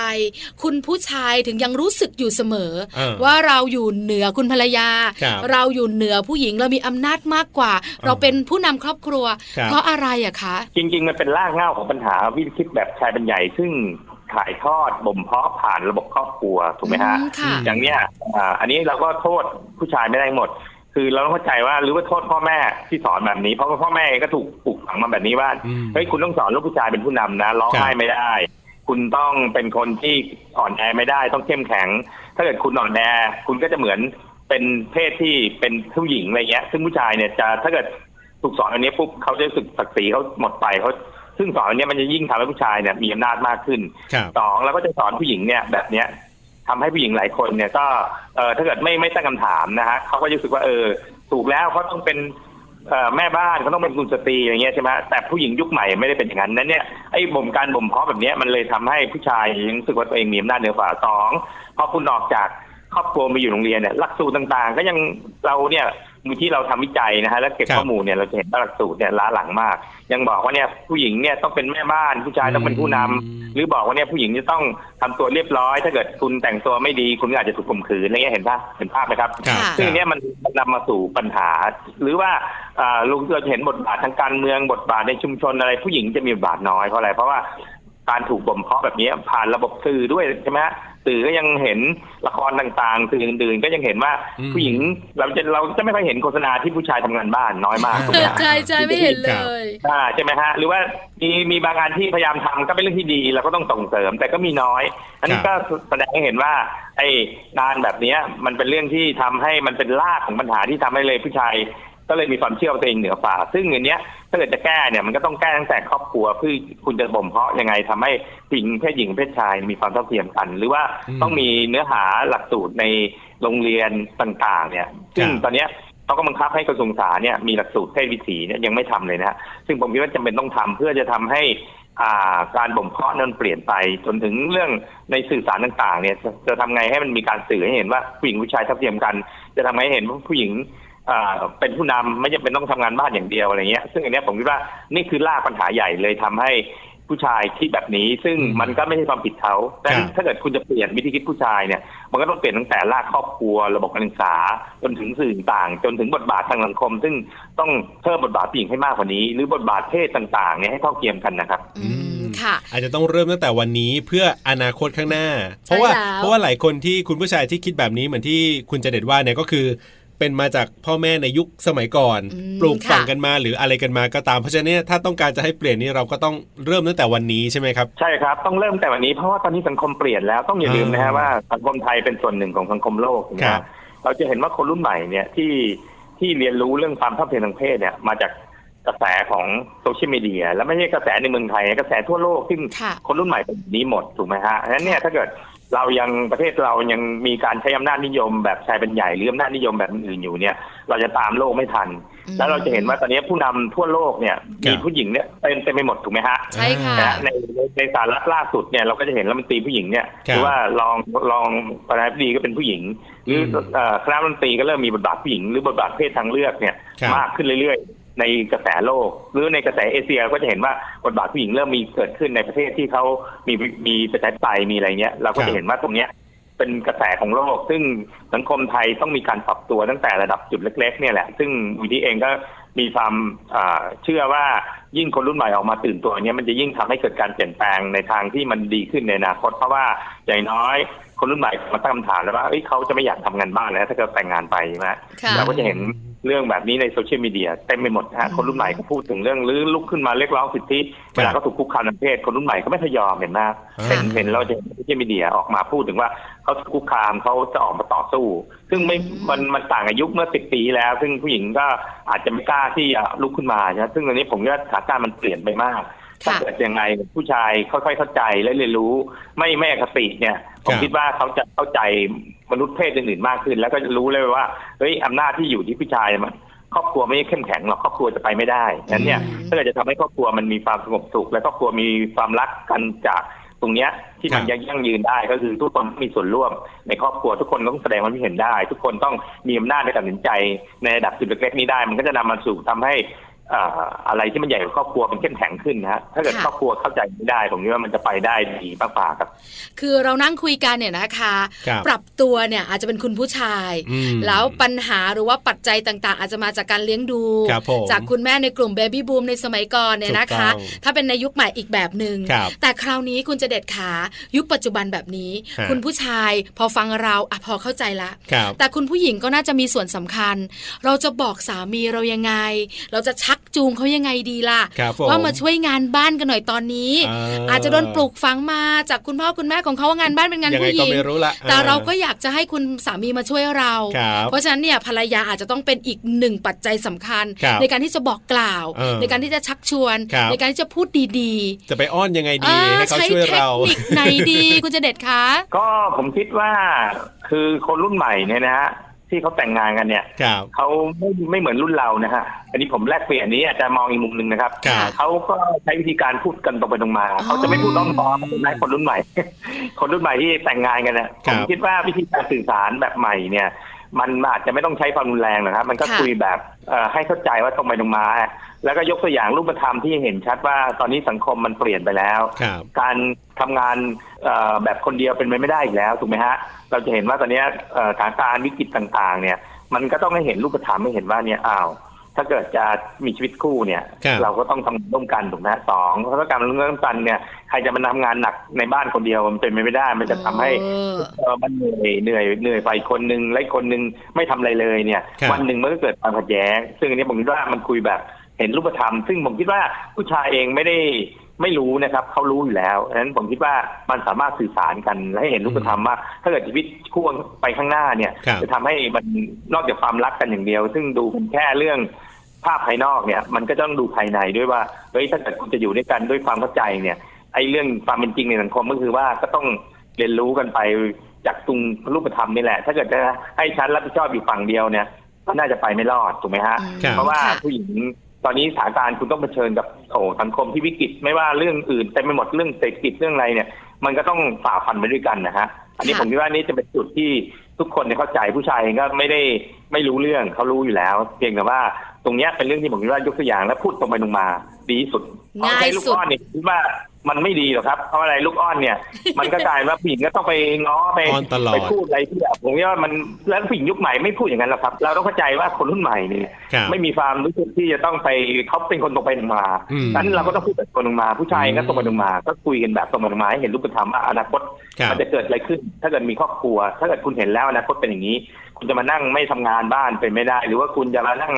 คุณผู้ชายถึงยังรู้สึกอยู่เสมอ
เออ
ว่าเราอยู่เหนือคุณภรรยา
ครับ
เราอยู่เหนือผู้หญิงเรามีอำนาจมากกว่า เราเป็นผู้นำครอบครัว
ครับ
เพราะอะไรอะคะ
จริงๆ มันเป็นรากเหง้าของปัญหาวิธีคิดแบบชายเป็นใหญ่ซึ่งถ่ายทอดบ่มเพาะผ่านระบบครอบครัวถูกไหมฮะ
อืมค่ะ
อย่างเนี้ยอ่าอันนี้เราก็โทษผู้ชายไม่ได้หมด คือเราต้องเข้าใจว่าหรือว่าโทษพ่อแม่ที่สอนแบบนี้ เพราะว่าพ่อแม่ก็ถูกปลูกฝังมาแบบนี้ว่า
อืม
เฮ้ยคุณต้องสอนลูกผู้ชายเป็นผู้นำนะร้อง
ครับ
ไห้ไม่ได้ คุณต้องเป็นคนที่อ่อนแอไม่ได้ต้องเข้มแข็ง ถ้าเกิดคุณอ่อนแอคุณก็จะเหมือนเป็นเพศที่เป็นผู้หญิงอะไรเงี้ย ซึ่งผู้ชายเนี่ยจะถ้าเกิดถูกสอนอันนี้ปุ๊บเขาจะรู้สึกศักดิ์ศรีเขาหมดไปเขาซึ่งสอนอันเนี้ยมันจะยิ่งทำให้ผู้ชายเนี่ยมีอำนาจมากขึ้น
ครับ
สองเราก็จะสอนผู้หญิงเนี่ยแบบเนี้ยทำให้ผู้หญิงหลายคนเนี่ยก็เออถ้าเกิดไม่ไม่ตั้งคำถามนะฮะเขาก็จะรู้สึกว่าเออถูกแล้วเขาต้องเป็นเอ่อแม่บ้านเขาต้องเป็นกุลสตรีอย่างเงี้ยใช่ไหมแต่ผู้หญิงยุคใหม่ไม่ได้เป็นอย่างนั้นนั้นเนี่ยไอ้บ่มการบ่มเพาะแบบเนี้ยมันเลยทำให้ผู้ชายยังรู้สึกว่าตัวเองมีอำนาจเหนือกว่าสองพอคุณออกจากครอบครัวมาอยู่โรงเรียนเนี่ยหลักสูตรต่างๆ ก็ยังเราเนี่ยมูลที่เราทำวิจัยนะฮะแล้วเก็บ
ครับ
ข้อมูลเนี่ยเราจะเห็นว่าหลักสูตรเนี่ยล้าหลังมาก ยังบอกว่าเนี่ยผู้หญิงเนี่ยต้องเป็นแม่บ้านผู้ชายต้องเป็นผู้นำ หรือบอกว่าเนี่ยผู้หญิงจะต้องทำตัวเรียบร้อย ถ้าเกิดคุณแต่งตัวไม่ดีคุณก็อาจจะถูกข่มขืนอะไรเงี้ยเห็นปะเห็นภาพไหมครับ
ครับ
ค่ะ
ซึ่งอันเนี้ยมันนำมาสู่ปัญหา หรือว่าอ่าลุงเราจะเห็นบทบาททางการเมืองบทบาทในชุมชนอะไร ผู้หญิงจะมีบทบาทน้อยเพราะอะไรเพราะว่าการถูกบ่มเพาะแบบนี้ผ่านระบบสื่อด้วยใช่ไหมฮะสื่อก็ยังเห็นละครต่างๆสื่ออื่นๆ ก็ยังเห็นว่า
อืม
ผู้หญิงเราจะเราจะไม่ค่อยเห็นโฆษณาที่ผู้ชายทำงานบ้านน้อยมากถูกไหมฮะ
ใช่ใช่ไม่เห็นเล
ครับ
ย
อ่าใช่ไหมฮะหรือว่ามีมีบางงานที่พยายามทำก็เป็นเรื่องที่ดีเราก็ต้องส่งเสริม แต่ก็มีน้อย อันนี้
ครั
ก็
บ
แสดงให้เห็นว่า ไอ้งานแบบเนี้ยมันเป็นเรื่องที่ทำให้มันเป็นรากของปัญหาที่ทำให้เลยผู้ชายก็เลยมีความเชื่อว่าตัวเองเหนือฝ่า ซึ่งอันเนี้ยถ้าเกิดจะแก้เนี่ยมันก็ต้องแก้ตั้งแต่ครอบครัวเพื่อคุณจะบ่มเพาะยังไงทำให้ผู้หญิงเพศหญิงเพศชายมีความเท่าเทียมกัน หรือว่า
อืม
ต้องมีเนื้อหาหลักสูตรในโรงเรียนต่าง ๆ เนี่ยซึ่ง
ครับ
ตอนเนี้ยเขาก็บังคับให้กระทรวงสาธารณสุขเนี่ยมีหลักสูตรเพศวิถีเนี่ยยังไม่ทำเลยนะฮะ ซึ่งผมคิดว่าจำเป็นต้องทำเพื่อจะทำให้อ่าการบ่มเพาะนั้นเปลี่ยนไปจนถึงเรื่องในสื่อสารต่างๆเนี่ยจะจะทำไงให้มันมีการสื่อให้เห็นว่าผู้หญิงผู้ชายเท่าเทียมกัน จะทำให้เห็นว่าผู้หญิงอ่าเป็นผู้นำไม่จำเป็นต้องทำงานบ้านอย่างเดียวอะไรเงี้ยซึ่งอันเนี้ยผมคิดว่านี่คือรากปัญหาใหญ่เลยทำให้ผู้ชายคิดแบบนี้ ซึ่ง
อืม
มันก็ไม่ใช่ความผิดเขาแต่
ครับ
ถ้าเกิดคุณจะเปลี่ยนวิธีคิดผู้ชายเนี่ย มันก็ต้องเปลี่ยนตั้งแต่รากครอบครัวระบบการศึกษาจนถึงสื่อต่างจนถึงบทบาททางสังคม ซึ่งต้องเพิ่มบทบาทผู้หญิงให้มากกว่านี้ หรือบทบาทเพศต่างๆเนี่ยให้เท่าเทียมกันนะครับ
อืมค่ะ
อาจจะต้องเริ่มตั้งแต่วันนี้เพื่ออนาคตข้างหน้า เพราะว่า
แล้ว
เพราะว่าหลายคนที่คุณผู้ชายที่คิดแบบนี้เหมือนที่คุณเจเด็ดว่าเนี่ยก็คือ เป็นมาจากพ่อแม่ในยุคสมัยก่อน
อืม
ปลูกฝัง
ค่ะ
กันมาหรืออะไรกันมาก็ตามเพราะฉะนั้นเนี่ยถ้าต้องการจะให้เปลี่ยนนี่เราก็ต้องเริ่มตั้งแต่วันนี้ใช่ไหมครับ
ใช่ครับต้องเริ่มแต่วันนี้เพราะว่าตอนนี้สังคมเปลี่ยนแล้วต้องอย่าลืมนะฮะ
อ่า
ว่าสังคมไทยเป็นส่วนหนึ่งของสังคมโลกนะ
ครั
ฮะ
บ
เราจะเห็นว่าคนรุ่นใหม่เนี่ยที่ที่เรียนรู้เรื่องความเท่าเทียมทางเพศเนี่ยมาจากกระแสของโซเชียลมีเดียและไม่ใช่กระแสในเมืองไทยกระแสทั่วโลกซึ่ง
ค่ะ
คนรุ่นใหม่เป็นแบบนี้หมดถูกไหมฮะฉะนั้นเนี่ยถ้าเกิดเรายังประเทศเรายังมีการใช้อำนาจนิยม แบบชายเป็นใหญ่หรืออำนาจนิยมแบบอื่นอยู่เนี่ย เราจะตามโลกไม่ทัน
อืม
แล้วเราจะเห็นว่าตอนนี้ผู้นำทั่วโลกเนี่ย
ครับ
มีผู้หญิงเนี่ยเต็มเต็มไปหมดถูกไหมฮะ
ใช่ค่ะ
นะฮะในในในสารล่าสุดเนี่ยเราก็จะเห็นรัฐมนตรีผู้หญิงเนี่ย
ครับ
หรืว่ารองรองประธานาธิบดีก็เป็นผู้หญิง หรือ
ม
เอ่อคณะรัฐมนตรีก็เริ่มมีบทบาทผู้หญิง หรือบทบาทเพศทางเลือกเนี่ย
ครับ
มากขึ้นเรื่อย ๆ ในกระแสโลก หรือในกระแสเอเชียก็จะเห็นว่าบทบาทผู้หญิงเริ่มมีเกิดขึ้นในประเทศที่เขามีมีประชาธิปไตยมีอะไรเงี้ยเราก็จะเห็นว่าตรงเนี้ยเป็นกระแสของโลก ซึ่งสังคมไทยต้องมีการปรับตัวตั้งแต่ระดับจุดเล็ก ๆ เนี่ยแหละ ซึ่งมูลที่เองก็มีความอ่าเชื่อว่ายิ่งคนรุ่นใหม่ออกมาตื่นตัวเนี้ยมันจะยิ่งทำให้เกิดการเปลี่ยนแปลงในทางที่มันดีขึ้นในอนาคตเพราะว่าอย่างน้อยคนรุ่นใหม่มาตั้งคำถามแล้วว่าเอ้ยเขาจะไม่อยากทำงานบ้านแล้วถ้าเกิดแต่งงานไปใช่ไหม
ค่ะ
เราก็จะเห็น เรื่องแบบนี้ในโซเชียลมีเดียเต็มไปหมดนะฮะคนรุ่นใหม่ก็พูดถึงเรื่องลื้อลุกขึ้นมาเรียกร้องสิทธิ
ครับ
เวลาเขาถูกคุกคามทางเพศคนรุ่นใหม่ก็ไม่ทยอมเห็นไหมฮะ
ค่ะ
เห็นเห็นเราจะเห็นโซเชียลมีเดียออกมาพูดถึงว่าเขาถูกคุกคามเขาจะออกมาต่อสู้ ซึ่งไม่มันมันต่างอายุคเมื่อสิบปีแล้ว ซึ่งผู้หญิงก็อาจจะไม่กล้าที่จะลุกขึ้นมานะซึ่งตอนนี้ผมว่าสถานการณ์มันเปลี่ยนไปมาก ถ้า
ค่ะ
เกิดยังไงผู้ชายค่อยๆเข้าใจและเรียนรู้ไม่ไม่อคติเนี่ยผ
ค
ม
รับ
คิดว่าเขาจะเข้าใจมนุษย์เพศอื่นๆมากขึ้น แล้วก็จะรู้เลยว่าเฮ้ยอำนาจที่อยู่ที่ผู้ชายมันครอบครัวไม่เข้มแข็งหรอกครอบครัวจะไปไม่ได้ฉะนั้นเนี่ย
อืม
ถ้าเกิดจะทำให้ครอบครัวมันมีความสงบสุข และครอบครัวมีความรักกันจากตรงเนี้ยที่มั
ค
น
รับ
ยังยั่งยืนได้ก็คือทุกคนมีส่วนร่วม ในครอบครัวทุกคนต้องแสดงความคิดเห็นได้ ทุกคนต้องมีอำนาจในการตัดสินใจในระดับจุดเล็กๆนี้ได้ มันก็จะนำมาสู่ทำให้ เอ่ออะไรที่มันใหญ่กว่าครอบครัวมันเข้มแข็งขึ้นนะฮะถ้าเกิด
ค่ะ
ครอบครัวเข้าใจไม่ได้ ผมคิดว่ามันจะไปได้ดีมากกว่าครับ
คือเรานั่งคุยกันเนี่ยนะคะ
ครับ
ปรับตัวเนี่ยอาจจะเป็นคุณผู้ชาย
อืม
แล้วปัญหาหรือว่าปัจจัยต่างๆ อาจจะมาจากการเลี้ยงดู
ครับผม
จากคุณแม่ในกลุ่มเบบี้บูมในสมัยก่อนเนี่ยนะคะ
ถูกต้อง
ถ้าเป็นในยุคใหม่อีกแบบหนึง่ง
ครับ
แต่คราวนี้คุณจะเด็ดขายุคปัจจุบันแบบนี้
ฮะ
คุณผู้ชายพอฟังเราอะพอเข้าใจละ
ครับ
แต่คุณผู้หญิงก็น่าจะมีส่วนสำคัญ เราจะบอกสามีเรายังไง เราจะชักจูงเขายังไงดีล่ะ
ครับผม
ว่ามาช่วยงานบ้านกันหน่อยตอนนี้
อ่า
อาจจะโดนปลูกฝังมาจากคุณพ่อคุณแม่ของเขาว่างานบ้านเป็นงาน
ยังไง
ผู้ห
ก็
ญิง
ไม่รู้ละ
แต่
อ่
เราก็อยากจะให้คุณสามีมาช่วยเรา
ครับ
เพราะฉะนั้นเนี่ยภรรยาอาจจะต้องเป็นอีกหนึ่งปัจจัยสำคัญ
ครับ
ในการที่จะบอกกล่าว
เออ
ในการที่จะชักชวน
ครับ
ในการที่จะพูดดี
จะไปอ้อนยังไง
ๆ
ดี
อ่า
ให้เขา
ใช้
ช่วย
เทค
เรา
นิคไหนดี คุณจะเด็ดคะ
ก็ผมคิดว่าคือคนรุ่นใหม่เนี่ยนะฮะที่เขาแต่งงานกันเนี่ย
ครับ
เขาไม่ไม่เหมือนรุ่นเรานะฮะ อันนี้ผมแลกเปลี่ยนอันนี้อาจจะมองอีกมุมหนึ่งนะครับ
ครับ
เขาก็ใช้วิธีการพูดกันตรงไปตรงมา เขาจะไม่พูดต้องตอเหมือนนายคนรุ่นใหม่ คนรุ่นใหม่ที่แต่งงานกันนะ
ค
ผ
รับ
มคิดว่าวิธีการสื่อสารแบบใหม่เนี่ย มันอาจจะไม่ต้องใช้ความรุนแรงนะครับ มันก็
ค่ะ
คุยแบบเอ่อให้เข้าใจว่าตรงไปตรงมา แล้วก็ยกตัวอย่างรูปธรรมที่เห็นชัดว่าตอนนี้สังคมมันเปลี่ยนไปแล้ว
ครับ
การทำงานเอ่อแบบคนเดียวเป็นไปไม่ได้อีกแล้วถูกไหมฮะ เราจะเห็นว่าตอนเนี้ยเอ่อสถานการณ์วิกฤตต่างๆ เนี่ย มันก็ต้องให้เห็นรูปธรรมให้เห็นว่าเนี่ยอ้าวถ้าเกิดจะมีชีวิตคู่เนี่ย
ครับ
เราก็ต้องทำร่วมกันถูกไหมฮะสองเพราะว่าการร่วมกันเนี่ยใครจะมาทำงานหนักในบ้านคนเดียวมันเป็นไปไม่ได้ มันจะทำให้
เออ
เออมันเหนื่อยเหนื่อยเหนื่อยไปคนหนึ่งและอีกคนหนึ่งไม่ทำอะไรเลยเนี่ย
ครับ
วันหนึ่งมันก็เกิดความขัดแย้ง ซึ่งอันนี้ผมคิดว่ามันคุยแบบเห็นรูปธรรม ซึ่งผมคิดว่าผู้ชายเองไม่ได้ไม่รู้นะครับเขารู้อยู่แล้วฉะนั้นผมคิดว่ามันสามารถสื่อสารกันและให้เห็นรูปธรรมว่าถ้าเกิดชีวิตคู่ไปข้างหน้าเนี่ย
ครับ
จะทำให้มันนอกจากความรักกันอย่างเดียว ซึ่งดูเป็นแค่เรื่องภาพภายนอกเนี่ย มันก็ต้องดูภายในด้วยว่าเฮ้ยถ้าเกิดคุณจะอยู่ด้วยกันด้วยความเข้าใจเนี่ย ไอ้เรื่องความเป็นจริงในสังคมก็คือว่าก็ต้องเรียนรู้กันไปจากตรงรูปธรรมนี่แหละ ถ้าเกิดจะให้ฉันรับผิดชอบอยู่ฝั่งเดียวเนี่ยก็น่าจะไปไม่รอดถูกไหมฮะ
ครับ
เพราะว่า
ค่ะ
ผู้หญิงตอนนี้สถานการณ์คุณต้องเผชิญกับโอ้โหสังคมที่วิกฤตไม่ว่าเรื่องอื่นเต็ไมไปหมดเรื่องเศรษฐกิจเรื่องอะไรเนี่ย มันก็ต้องฝ่าฟันไปด้วยกันนะฮะอันนี้
ค่ะ
ผมคิดว่านี่จะเป็นจุดที่ทุกคนเนี่ยเข้าใจผู้ชายเองก็ไม่ได้ไม่รู้เรื่องเขารู้อยู่แล้ว เพียงแต่ว่าตรงเนี้ยเป็นเรื่องที่ผมคิดว่ายกตัวอย่างและพูดตรงไปตรงมาดีที่สุดเอ
ง่าย
ใช้ลูก
สุด
อ้อนเนี่ยคิดว่ามันไม่ดีหรอกครับเพราะอะไรลูกอ้อน เนี่ย มันก็กลายว่าผู้หญิงก็ต้องไปง้อไป
อ้อนตลอด
ไปพูดอะไรที่แบบผมว่ามันแล้วผู้หญิงยุคใหม่ไม่พูดอย่างนั้นหรอกครับ เราต้องเข้าใจว่าคนรุ่นใหม่เนี่ย
ครับ
ไม่มีความรู้สึกที่จะต้องไปเขาเป็นคนตรงไปตรงมา
อืม
ดังนั้นเราก็ต้องพูดแบบตรงไปตรงมา ผู้ชายก็ตรงไปตรงมา ก็คุยกันแบบตรงไปตรงมาให้เห็นรูปธรรมว่าอนาคต
ครับ
มันจะเกิดอะไรขึ้น ถ้าเกิดมีครอบครัว ถ้าเกิดคุณเห็นแล้วอนาคตเป็นอย่างนี้ คุณจะมานั่งไม่ทำงานบ้านเป็นไม่ได้ หรือว่าคุณจะมานั่ง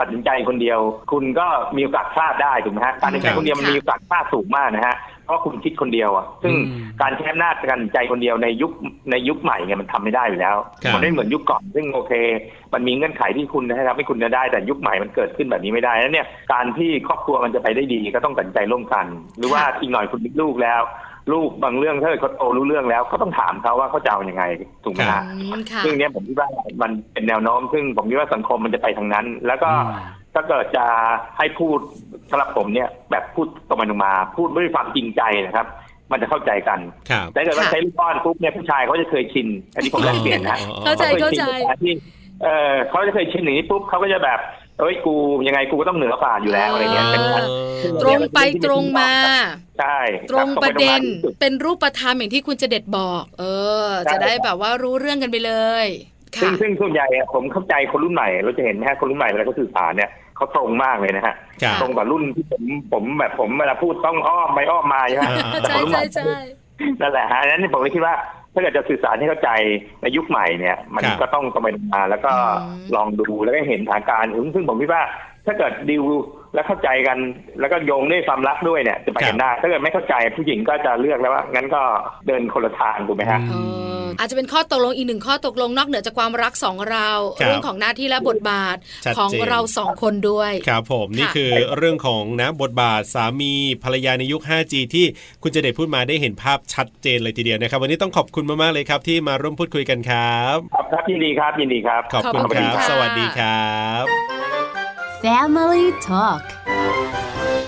ตัดสินใจคนเดียว คุณก็มีโอกาสพลาดได้ถูกไหมฮะการตัดสินใจคนเดียวมันมีโอกาสพลาดสูงมากนะฮะเพราะคุณคิดคนเดียวอ่ะซึ่ง
อืม
การใช้อำนาจการตัดสินใจคนเดียวในยุคในยุคใหม่เนี่ยมันทำไม่ได้อยู่แล้ว
ครับ
มัไม่เหมือนยุคก่อนซึ่งโอเค มันมีเงื่อนไขที่คุณนะครับให้คุณจะได้แต่ยุคใหม่มันเกิดขึ้นแบบนี้ไม่ได้แล้วเนี่ยการที่ครอบครัวมันจะไปได้ดีก็ต้องตัดสินใจร่วมกัน หรือว่าอีกหน่อยคุณมีลูกแล้ว ลูกบางเรื่องถ้าเกิดเขาโตรู้เรื่องแล้วก็ต้องถามเขาว่าเขาจะเอายังไงถูกไหมฮะ
อืมค่ะ
ซึ่งเนี้ยผมคิดว่ามันเป็นแนวโน้ม ซึ่งผมคิดว่าสังคมมันจะไปทางนั้น แล้วก็
อืม
ถ้าเกิดจะให้พูดสำหรับผมเนี่ยแบบพูดตรงไปตรงมา พูดด้วยความจริงใจนะครับ มันจะเข้าใจกัน
ครับ
แต่ถ้าเกิดว่า
ค่ะ
ใช้ลูกป้อนปุ๊บเนี่ยผู้ชายเขาจะเคยชิน อันนี้ผมแลกเปลี่ยนนะ
อ๋อ
เข้าใจ
ขยนกับการที่เออเขาจะเคยชินอย่างนี้ปุ๊บเขาก็จะแบบเอ้ยกูยังไงกูก็ต้องเหนือกว่าอยู่แล้วอะไรเงี้ยเป็นการ
ตรงไปตรงมา
ใช่
ตรงประเด็น
ตงไปตรงมาที่สุด
เป็นรูปธรรมอย่างที่คุณจะเด็ดบอก เออ
ใช่
จะได้แบบว่ารู้เรื่องกันไปเลย
ซึ่
ค่ะ
งซึ่งส่วนใหญ่อะผมเข้าใจคนรุ่นใหม่ เราจะเห็นนะฮะคนรุ่นใหม่เวลาเขาสื่อสารเนี่ยเขาตรงมากเลยนะฮะ
ครับ
ตรงกับรุ่นที่ผมผมแบบผมเวลาพูดต้องอ้อมไปอ้อมมาใช่ไหม
อ่า
แต่
ใช่
คนรุ่น
ใช่
ม่
ใช่
นั่นแหละฮะอันนั้นผมเลยคิดว่า ถ้าเกิดจะสื่อสารให้เข้าใจในยุคใหม่เนี่ย มัน
ครับ
ก็ต้องตรงไปตรงมาแล้วก็
อืม
ลองดูแล้วก็เห็นสถานการณ์ซึ่งผมคิดว่า ถ้าเกิดดิวและเข้าใจกัน แล้วก็โยงด้วยความรักด้วยเนี่ยจะไป
ครับ
กันได้ ถ้าเกิดไม่เข้าใจผู้หญิงก็จะเลือกแล้วว่างั้นก็เดินคนละทางถูกไหมฮะ
เอออาจจะเป็นข้อตกลงอีกหนึ่งข้อตกลงนอกเหนือจากความรักสองเรา
ครับ
เรื่องของหน้าที่และบทบาท
ชัดเจน
ของเราสองคนด้วย
ครับผมนี่คือเรื่องของนะบทบาทสามีภรรยาในยุค 5G ที่คุณเจเดชพูดมาได้เห็นภาพชัดเจนเลยทีเดียวนะครับ วันนี้ต้องขอบคุณมากๆเลยครับ ที่มาร่วมพูดคุยกันครับ
ครับครับยินดีครับยินดีครับ
ขอบคุณ
ขอบคุ
ค
ณ
รับ
ค่ะ
สวัสดีครับ
Family Talk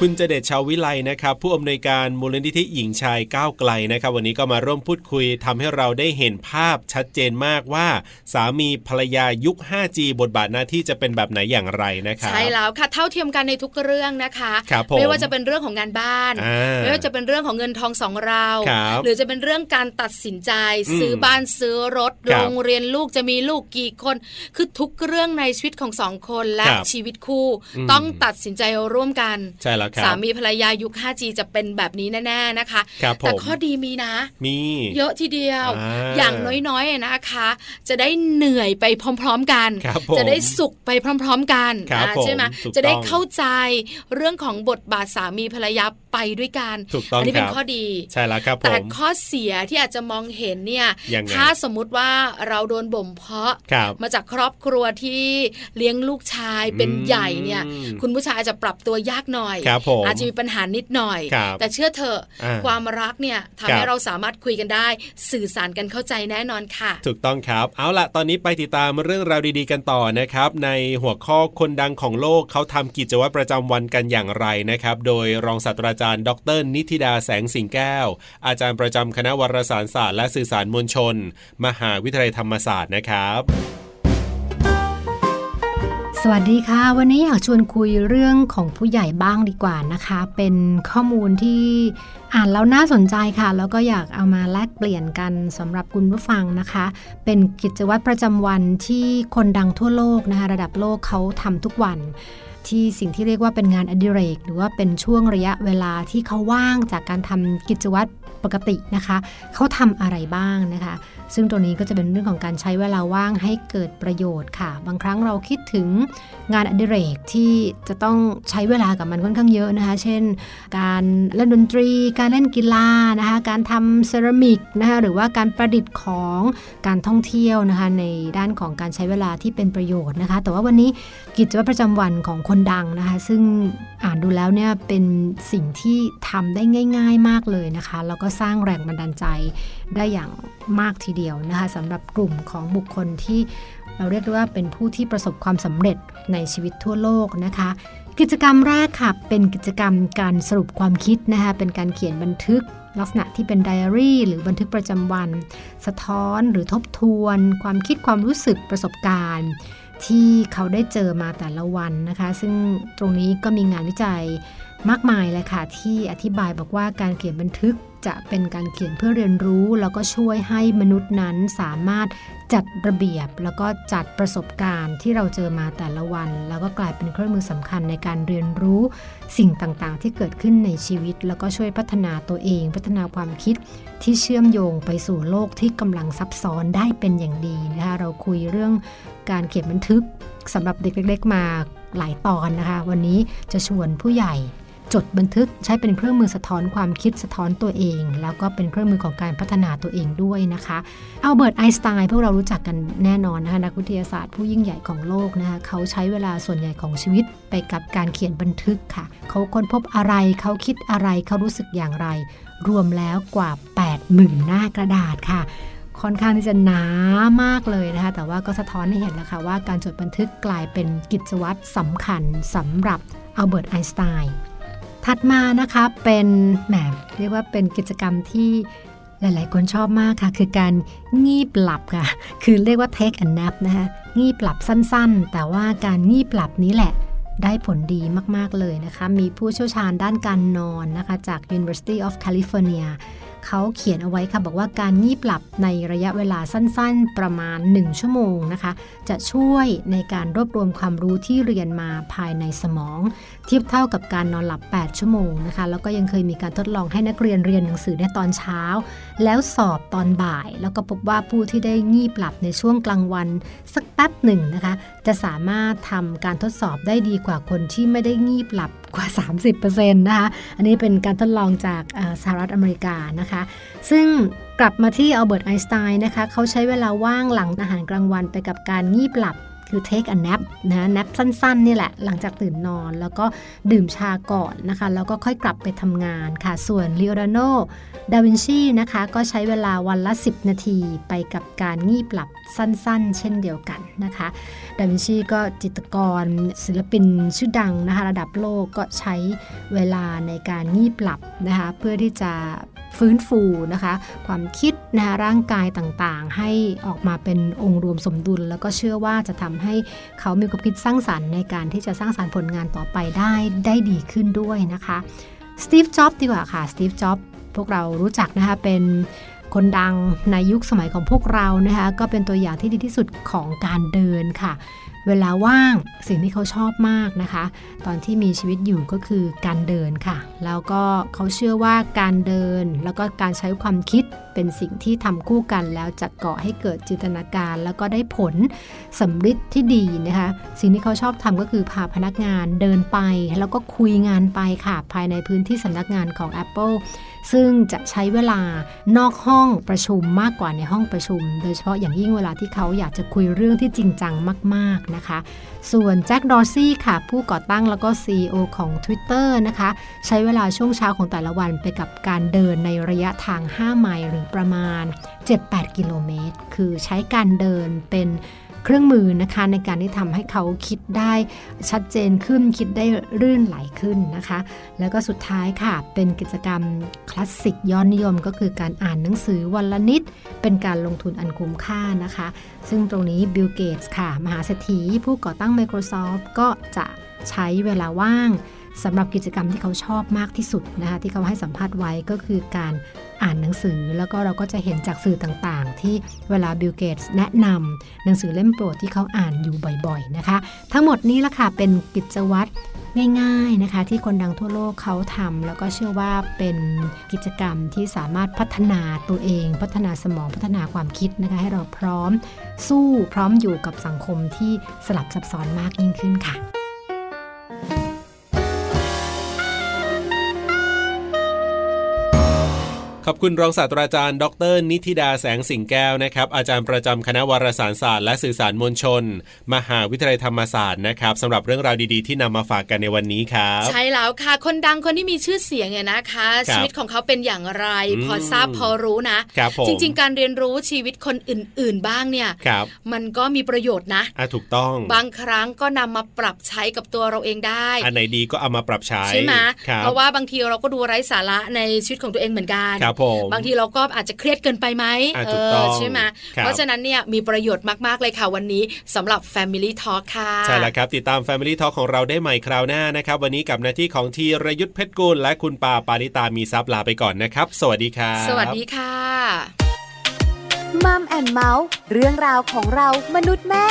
คุณเจเดชชาววิไลนะครับ ผู้อำนวยการมูลนิธิหญิงชายก้าวไกลนะครับ วันนี้ก็มาร่วมพูดคุยทำให้เราได้เห็นภาพชัดเจนมากว่า สามีภรรยายุค 5G บทบาทหน้าที่จะเป็นแบบไหนอย่างไรนะครับ
ใช่แล้วค่ะเท่าเทียมกันในทุกเรื่องนะคะ
ครับผม
ไม่ว่าจะเป็นเรื่องของงานบ้าน
อ่า
ไม่ว่าจะเป็นเรื่องของเงินทองสองเรา
ครับ
หรือจะเป็นเรื่องการตัดสินใจ
อืม
ซื้อบ้านซื้อรถ
ครั
โร
บ
งเรียนลูกจะมีลูกกี่คน คือทุกเรื่องในชีวิตของสองคนและ
ครับ
ชีวิตคู่
อืม
ต้องตัดสินใจร่วมกัน
ใช่แล้วครั
สา
บ
มีภรรยายุค 5G จะเป็นแบบนี้แน่ๆนะคะ
ครับผม
แต่ข้อดีมีนะ
มี
เยอะทีเดียว
อ่า
อย่างน้อยๆอะนะคะ จะได้เหนื่อยไปพร้อม ๆกัน
ครับผม
จะได้สุขไปพร้อม ๆ กัน
ครับ
อ่า
ผม
ใช่ไหม
ถูกต้อง
จะได้เข้าใจเรื่องของบทบาทสามีภรรยาไปด้วยกัน
ถูกต้อง
นี้เป็
ครั
น
บ
ข้อดี
ใช่แล้วครับผ
แต่
ม
ข้อเสียที่อาจจะมองเห็นเนี่ย
ยังไง
ถ้าสมมุติว่าเราโดนบ่มเพาะ
ครับ
มาจากครอบครัวที่เลี้ยงลูกชายเป็น
อืม
ใหญ่เนี่ย คุณผู้ชายอาจจะปรับตัวยากหน่อย
ครับผม
อาจจะมีปัญหานิดหน่อย
ครับ
แต่เชื่อเถอะ
อ่า
ความรักเนี่ย
ค
ทำ
รับ
ให้เราสามารถคุยกันได้ สื่อสารกันเข้าใจแน่นอนค่ะ
ถูกต้องครับ เอาล่ะ ตอนนี้ไปติดตามเรื่องราวดีๆกันต่อนะครับ ในหัวข้อคนดังของโลกเขาทำกิจวัตรประจำวันกันอย่างไรนะครับ โดยรองศาสตราจารย์ ดร นิติดาแสงสิงแก้ว อาจารย์ประจำคณะวารสารศาสตร์และสื่อสารมวลชน มหาวิทยาลัยธรรมศาสตร์นะครับ
สวัสดีค่ะ วันนี้อยากชวนคุยเรื่องของผู้ใหญ่บ้างดีกว่านะคะ เป็นข้อมูลที่อ่านแล้วน่าสนใจค่ะ แล้วก็อยากเอามาแลกเปลี่ยนกันสำหรับคุณผู้ฟังนะคะ เป็นกิจวัตรประจำวันที่คนดังทั่วโลกนะคะ ระดับโลกเขาทำทุกวัน ที่สิ่งที่เรียกว่าเป็นงานอดิเรก หรือว่าเป็นช่วงระยะเวลาที่เขาว่างจากการทำกิจวัตรปกตินะคะ เขาทำอะไรบ้างนะคะ ซึ่งตัวนี้ก็จะเป็นเรื่องของการใช้เวลาว่างให้เกิดประโยชน์ค่ะ บางครั้งเราคิดถึงงานอดิเรกที่จะต้องใช้เวลากับมันค่อนข้างเยอะนะคะ เช่น การเล่นดนตรี การเล่นกีฬานะคะ การทำเซรามิกนะคะหรือว่าการประดิษฐ์ของการท่องเที่ยวนะคะ ในด้านของการใช้เวลาที่เป็นประโยชน์นะคะ แต่ว่าวันนี้กิจวัตรประจำวันของคนดังนะคะ ซึ่งอ่านดูแล้วเนี่ยเป็นสิ่งที่ทำได้ง่าย ๆมากเลยนะคะ แล้วก็สร้างแรงบันดาลใจ ได้อย่างมากทีเดียวนะคะสำหรับกลุ่มของบุคคลที่เราเรียกได้ว่าเป็นผู้ที่ประสบความสำเร็จในชีวิตทั่วโลกนะคะ กิจกรรมแรกค่ะ เป็นกิจกรรมการสรุปความคิดนะคะเป็นการเขียนบันทึก ลักษณะที่เป็นไดอารี่หรือบันทึกประจำวัน สะท้อนหรือทบทวน ความคิดความรู้สึกประสบการณ์ ที่เขาได้เจอมาแต่ละวันนะคะ ซึ่งตรงนี้ก็มีงานวิจัย มากมายเลยค่ะ ที่อธิบายบอกว่าการเขียนบันทึกจะเป็นการเขียนเพื่อเรียนรู้ แล้วก็ช่วยให้มนุษย์นั้นสามารถจัดระเบียบ แล้วก็จัดประสบการณ์ที่เราเจอมาแต่ละวัน แล้วก็กลายเป็นเครื่องมือสำคัญในการเรียนรู้สิ่งต่างๆ ที่เกิดขึ้นในชีวิต แล้วก็ช่วยพัฒนาตัวเอง พัฒนาความคิดที่เชื่อมโยงไปสู่โลกที่กำลังซับซ้อนได้เป็นอย่างดีนะคะเราคุยเรื่องการเขียนบันทึกสำหรับเด็กเล็กๆมาหลายตอนนะคะ วันนี้จะชวนผู้ใหญ่ จดบันทึกใช้เป็นเครื่องมือสะท้อนความคิดสะท้อนตัวเอง แล้วก็เป็นเครื่องมือของการพัฒนาตัวเองด้วยนะคะอัลเบิร์ตไอน์สไตน์พวกเรารู้จักกันแน่นอนนะคะนักวิทยาศาสตร์ผู้ยิ่งใหญ่ของโลกนะคะเขาใช้เวลาส่วนใหญ่ของชีวิตไปกับการเขียนบันทึกค่ะ เขาค้นพบอะไรเขาคิดอะไรเขารู้สึกอย่างไร รวมแล้วกว่า 80,000 หน้ากระดาษค่ะ ค่อนข้างที่จะหนามากเลยนะคะ แต่ว่าก็สะท้อนให้เห็นแล้วค่ะว่าการจดบันทึกกลายเป็นกิจวัตรสำคัญสำหรับอัลเบิร์ตไอน์สไตน์ ถัดมานะคะเป็นแหมเรียกว่าเป็นกิจกรรมที่หลาย ๆ คนชอบมากค่ะ คือการงีบหลับค่ะ คือเรียกว่า take a nap นะคะงีบหลับสั้นๆ แต่ว่าการงีบหลับนี้แหละ ได้ผลดีมาก ๆ เลยนะคะ มีผู้เชี่ยวชาญด้านการนอนนะคะ จาก University of California เขาเขียนเอาไว้ค่ะ บอกว่าการงีบหลับในระยะเวลาสั้นๆ ประมาณ 1 ชั่วโมงนะคะ จะช่วยในการรวบรวมความรู้ที่เรียนมาภายในสมอง เทียบเท่ากับการนอนหลับ 8 ชั่วโมงนะคะ แล้วก็ยังเคยมีการทดลองให้นักเรียนเรียนหนังสือในตอนเช้า แล้วสอบตอนบ่าย แล้วก็พบว่าผู้ที่ได้งีบหลับในช่วงกลางวัน สักแป๊บหนึ่งนะคะ จะสามารถทำการทดสอบได้ดีกว่าคนที่ไม่ได้งีบหลับกว่า 30%นะคะ อันนี้เป็นการทดลองจากเอ่อสหรัฐอเมริกานะคะ ซึ่งกลับมาที่อัลเบิร์ตไอน์สไตน์นะคะ เขาใช้เวลาว่างหลังอาหารกลางวันไปกับการงีบหลับ คือ take a nap นะ nap สั้นๆ นี่แหละ หลังจากตื่นนอน แล้วก็ดื่มชาก่อนนะคะ แล้วก็ค่อยกลับไปทำงานค่ะ ส่วนเลโอนาร์โด ดาวินชีนะคะ ก็ใช้เวลาวันละ 10 นาทีไปกับการงีบหลับสั้นๆ เช่นเดียวกันนะคะ ดาวินชีก็จิตรกรศิลปินชื่อดังนะคะ ระดับโลกก็ใช้เวลาในการงีบหลับนะคะ เพื่อที่จะฟื้นฟูนะคะ ความคิดนะคะร่างกายต่างๆ ให้ออกมาเป็นองค์รวมสมดุล แล้วก็เชื่อว่าจะทำให้เขามีความคิดสร้างสรรค์ในการที่จะสร้างสรรค์ผลงานต่อไปได้ได้ดีขึ้นด้วยนะคะ สตีฟ จ็อบส์ดีกว่าค่ะ สตีฟ จ็อบส์พวกเรารู้จักนะคะ เป็นคนดังในยุคสมัยของพวกเรานะคะ ก็เป็นตัวอย่างที่ดีที่สุดของการเดินค่ะ เวลาว่างสิ่งที่เขาชอบมากนะคะ ตอนที่มีชีวิตอยู่ก็คือการเดินค่ะ แล้วก็เขาเชื่อว่าการเดิน แล้วก็การใช้ความคิดเป็นสิ่งที่ทำคู่กัน แล้วจะก่อให้เกิดจินตนาการ แล้วก็ได้ผลสำฤทธิ์ที่ดีนะคะ สิ่งที่เขาชอบทำก็คือพาพนักงานเดินไป แล้วก็คุยงานไปค่ะ ภายในพื้นที่สำนักงานของ Apple ซึ่งจะใช้เวลานอกห้องประชุมมากกว่าในห้องประชุม โดยเฉพาะอย่างยิ่งเวลาที่เขาอยากจะคุยเรื่องที่จริงจังมาก ๆนะคะ ส่วนแจ็คดอร์ซี่ค่ะ ผู้ก่อตั้งแล้วก็ CEO ของ Twitter นะคะ ใช้เวลาช่วงเช้าของแต่ละวันไปกับการเดินในระยะทาง 5 ไมล์หรือประมาณ 7-8 กิโลเมตร คือใช้การเดินเป็นเครื่องมือนะคะ ในการที่ทำให้เขาคิดได้ชัดเจนขึ้นคิดได้รื่นไหลขึ้นนะคะ แล้วก็สุดท้ายค่ะ เป็นกิจกรรมคลาสสิกยอดนิยมก็คือการอ่านหนังสือวันละนิด เป็นการลงทุนอันคุ้มค่านะคะ ซึ่งตรงนี้บิลเกตส์ค่ะ มหาเศรษฐีผู้ก่อตั้ง Microsoft ก็จะใช้เวลาว่างสำหรับกิจกรรมที่เขาชอบมากที่สุดนะคะที่เขาให้สัมภาษณ์ไว้ก็คือการอ่านหนังสือ แล้วก็เราก็จะเห็นจากสื่อต่างๆ ที่เวลาบิลเกตส์แนะนำหนังสือเล่มโปรดที่เขาอ่านอยู่บ่อยๆนะคะ ทั้งหมดนี้ละค่ะเป็นกิจวัตร ง่ายๆนะคะ ที่คนดังทั่วโลกเขาทำแล้วก็เชื่อว่าเป็นกิจกรรมที่สามารถพัฒนาตัวเอง พัฒนาสมองพัฒนาความคิดนะคะให้เราพร้อมสู้พร้อมอยู่กับสังคมที่สลับซับซ้อนมากยิ่งขึ้นค่ะ
ขอบคุณรองศาสตราจารย์ดร นิติดาแสงสิงแก้วนะครับ อาจารย์ประจำคณะวารสารศาสตร์และสื่อสารมวลชน มหาวิทยาลัยธรรมศาสตร์นะครับสำหรับเรื่องราวดีๆที่นำมาฝากกันในวันนี้ครับ
ใช่แล้วค่ะ คนดังคนที่มีชื่อเสียงเนี่ยนะคะ
ครับ
ชีวิตของเขาเป็นอย่างไร
อืม
พอทราบพอรู้นะ
ครับผม
จริง ๆ การเรียนรู้ชีวิตคนอื่น ๆ บ้างเนี่ย
ครับ
มันก็มีประโยชน์นะ
อ่ะถูกต้อง
บางครั้งก็นำมาปรับใช้กับตัวเราเองได้
อันไหนดีก็เอามาปรับใช้
ใช่ไหม
ครับ
เพราะว่าบางทีเราก็ดูไร้สาระในชีวิตของตัวเองเหมือนกัน
ครับผม
บางทีเราก็อาจจะเครียดเกินไปไหม
อ่ะ
เอ
ถูกต้อง
อใช่ไหม
ครับ
เพราะฉะนั้นเนี่ยมีประโยชน์มาก ๆ เลยค่ะวันนี้สำหรับ Family Talk ค่ะ
ใช่แล้วครับ ติดตาม Family Talk ของเราได้ใหม่คราวหน้านะครับ วันนี้กับหน้าที่ของทีรยุทธเพชรกุลและคุณปาปาริตามีซับลาไปก่อนนะครับ สวัสดีครับ
สวัสดีค่ะ
มัมแอนเมาส์เรื่องราวของเรามนุษย์แม่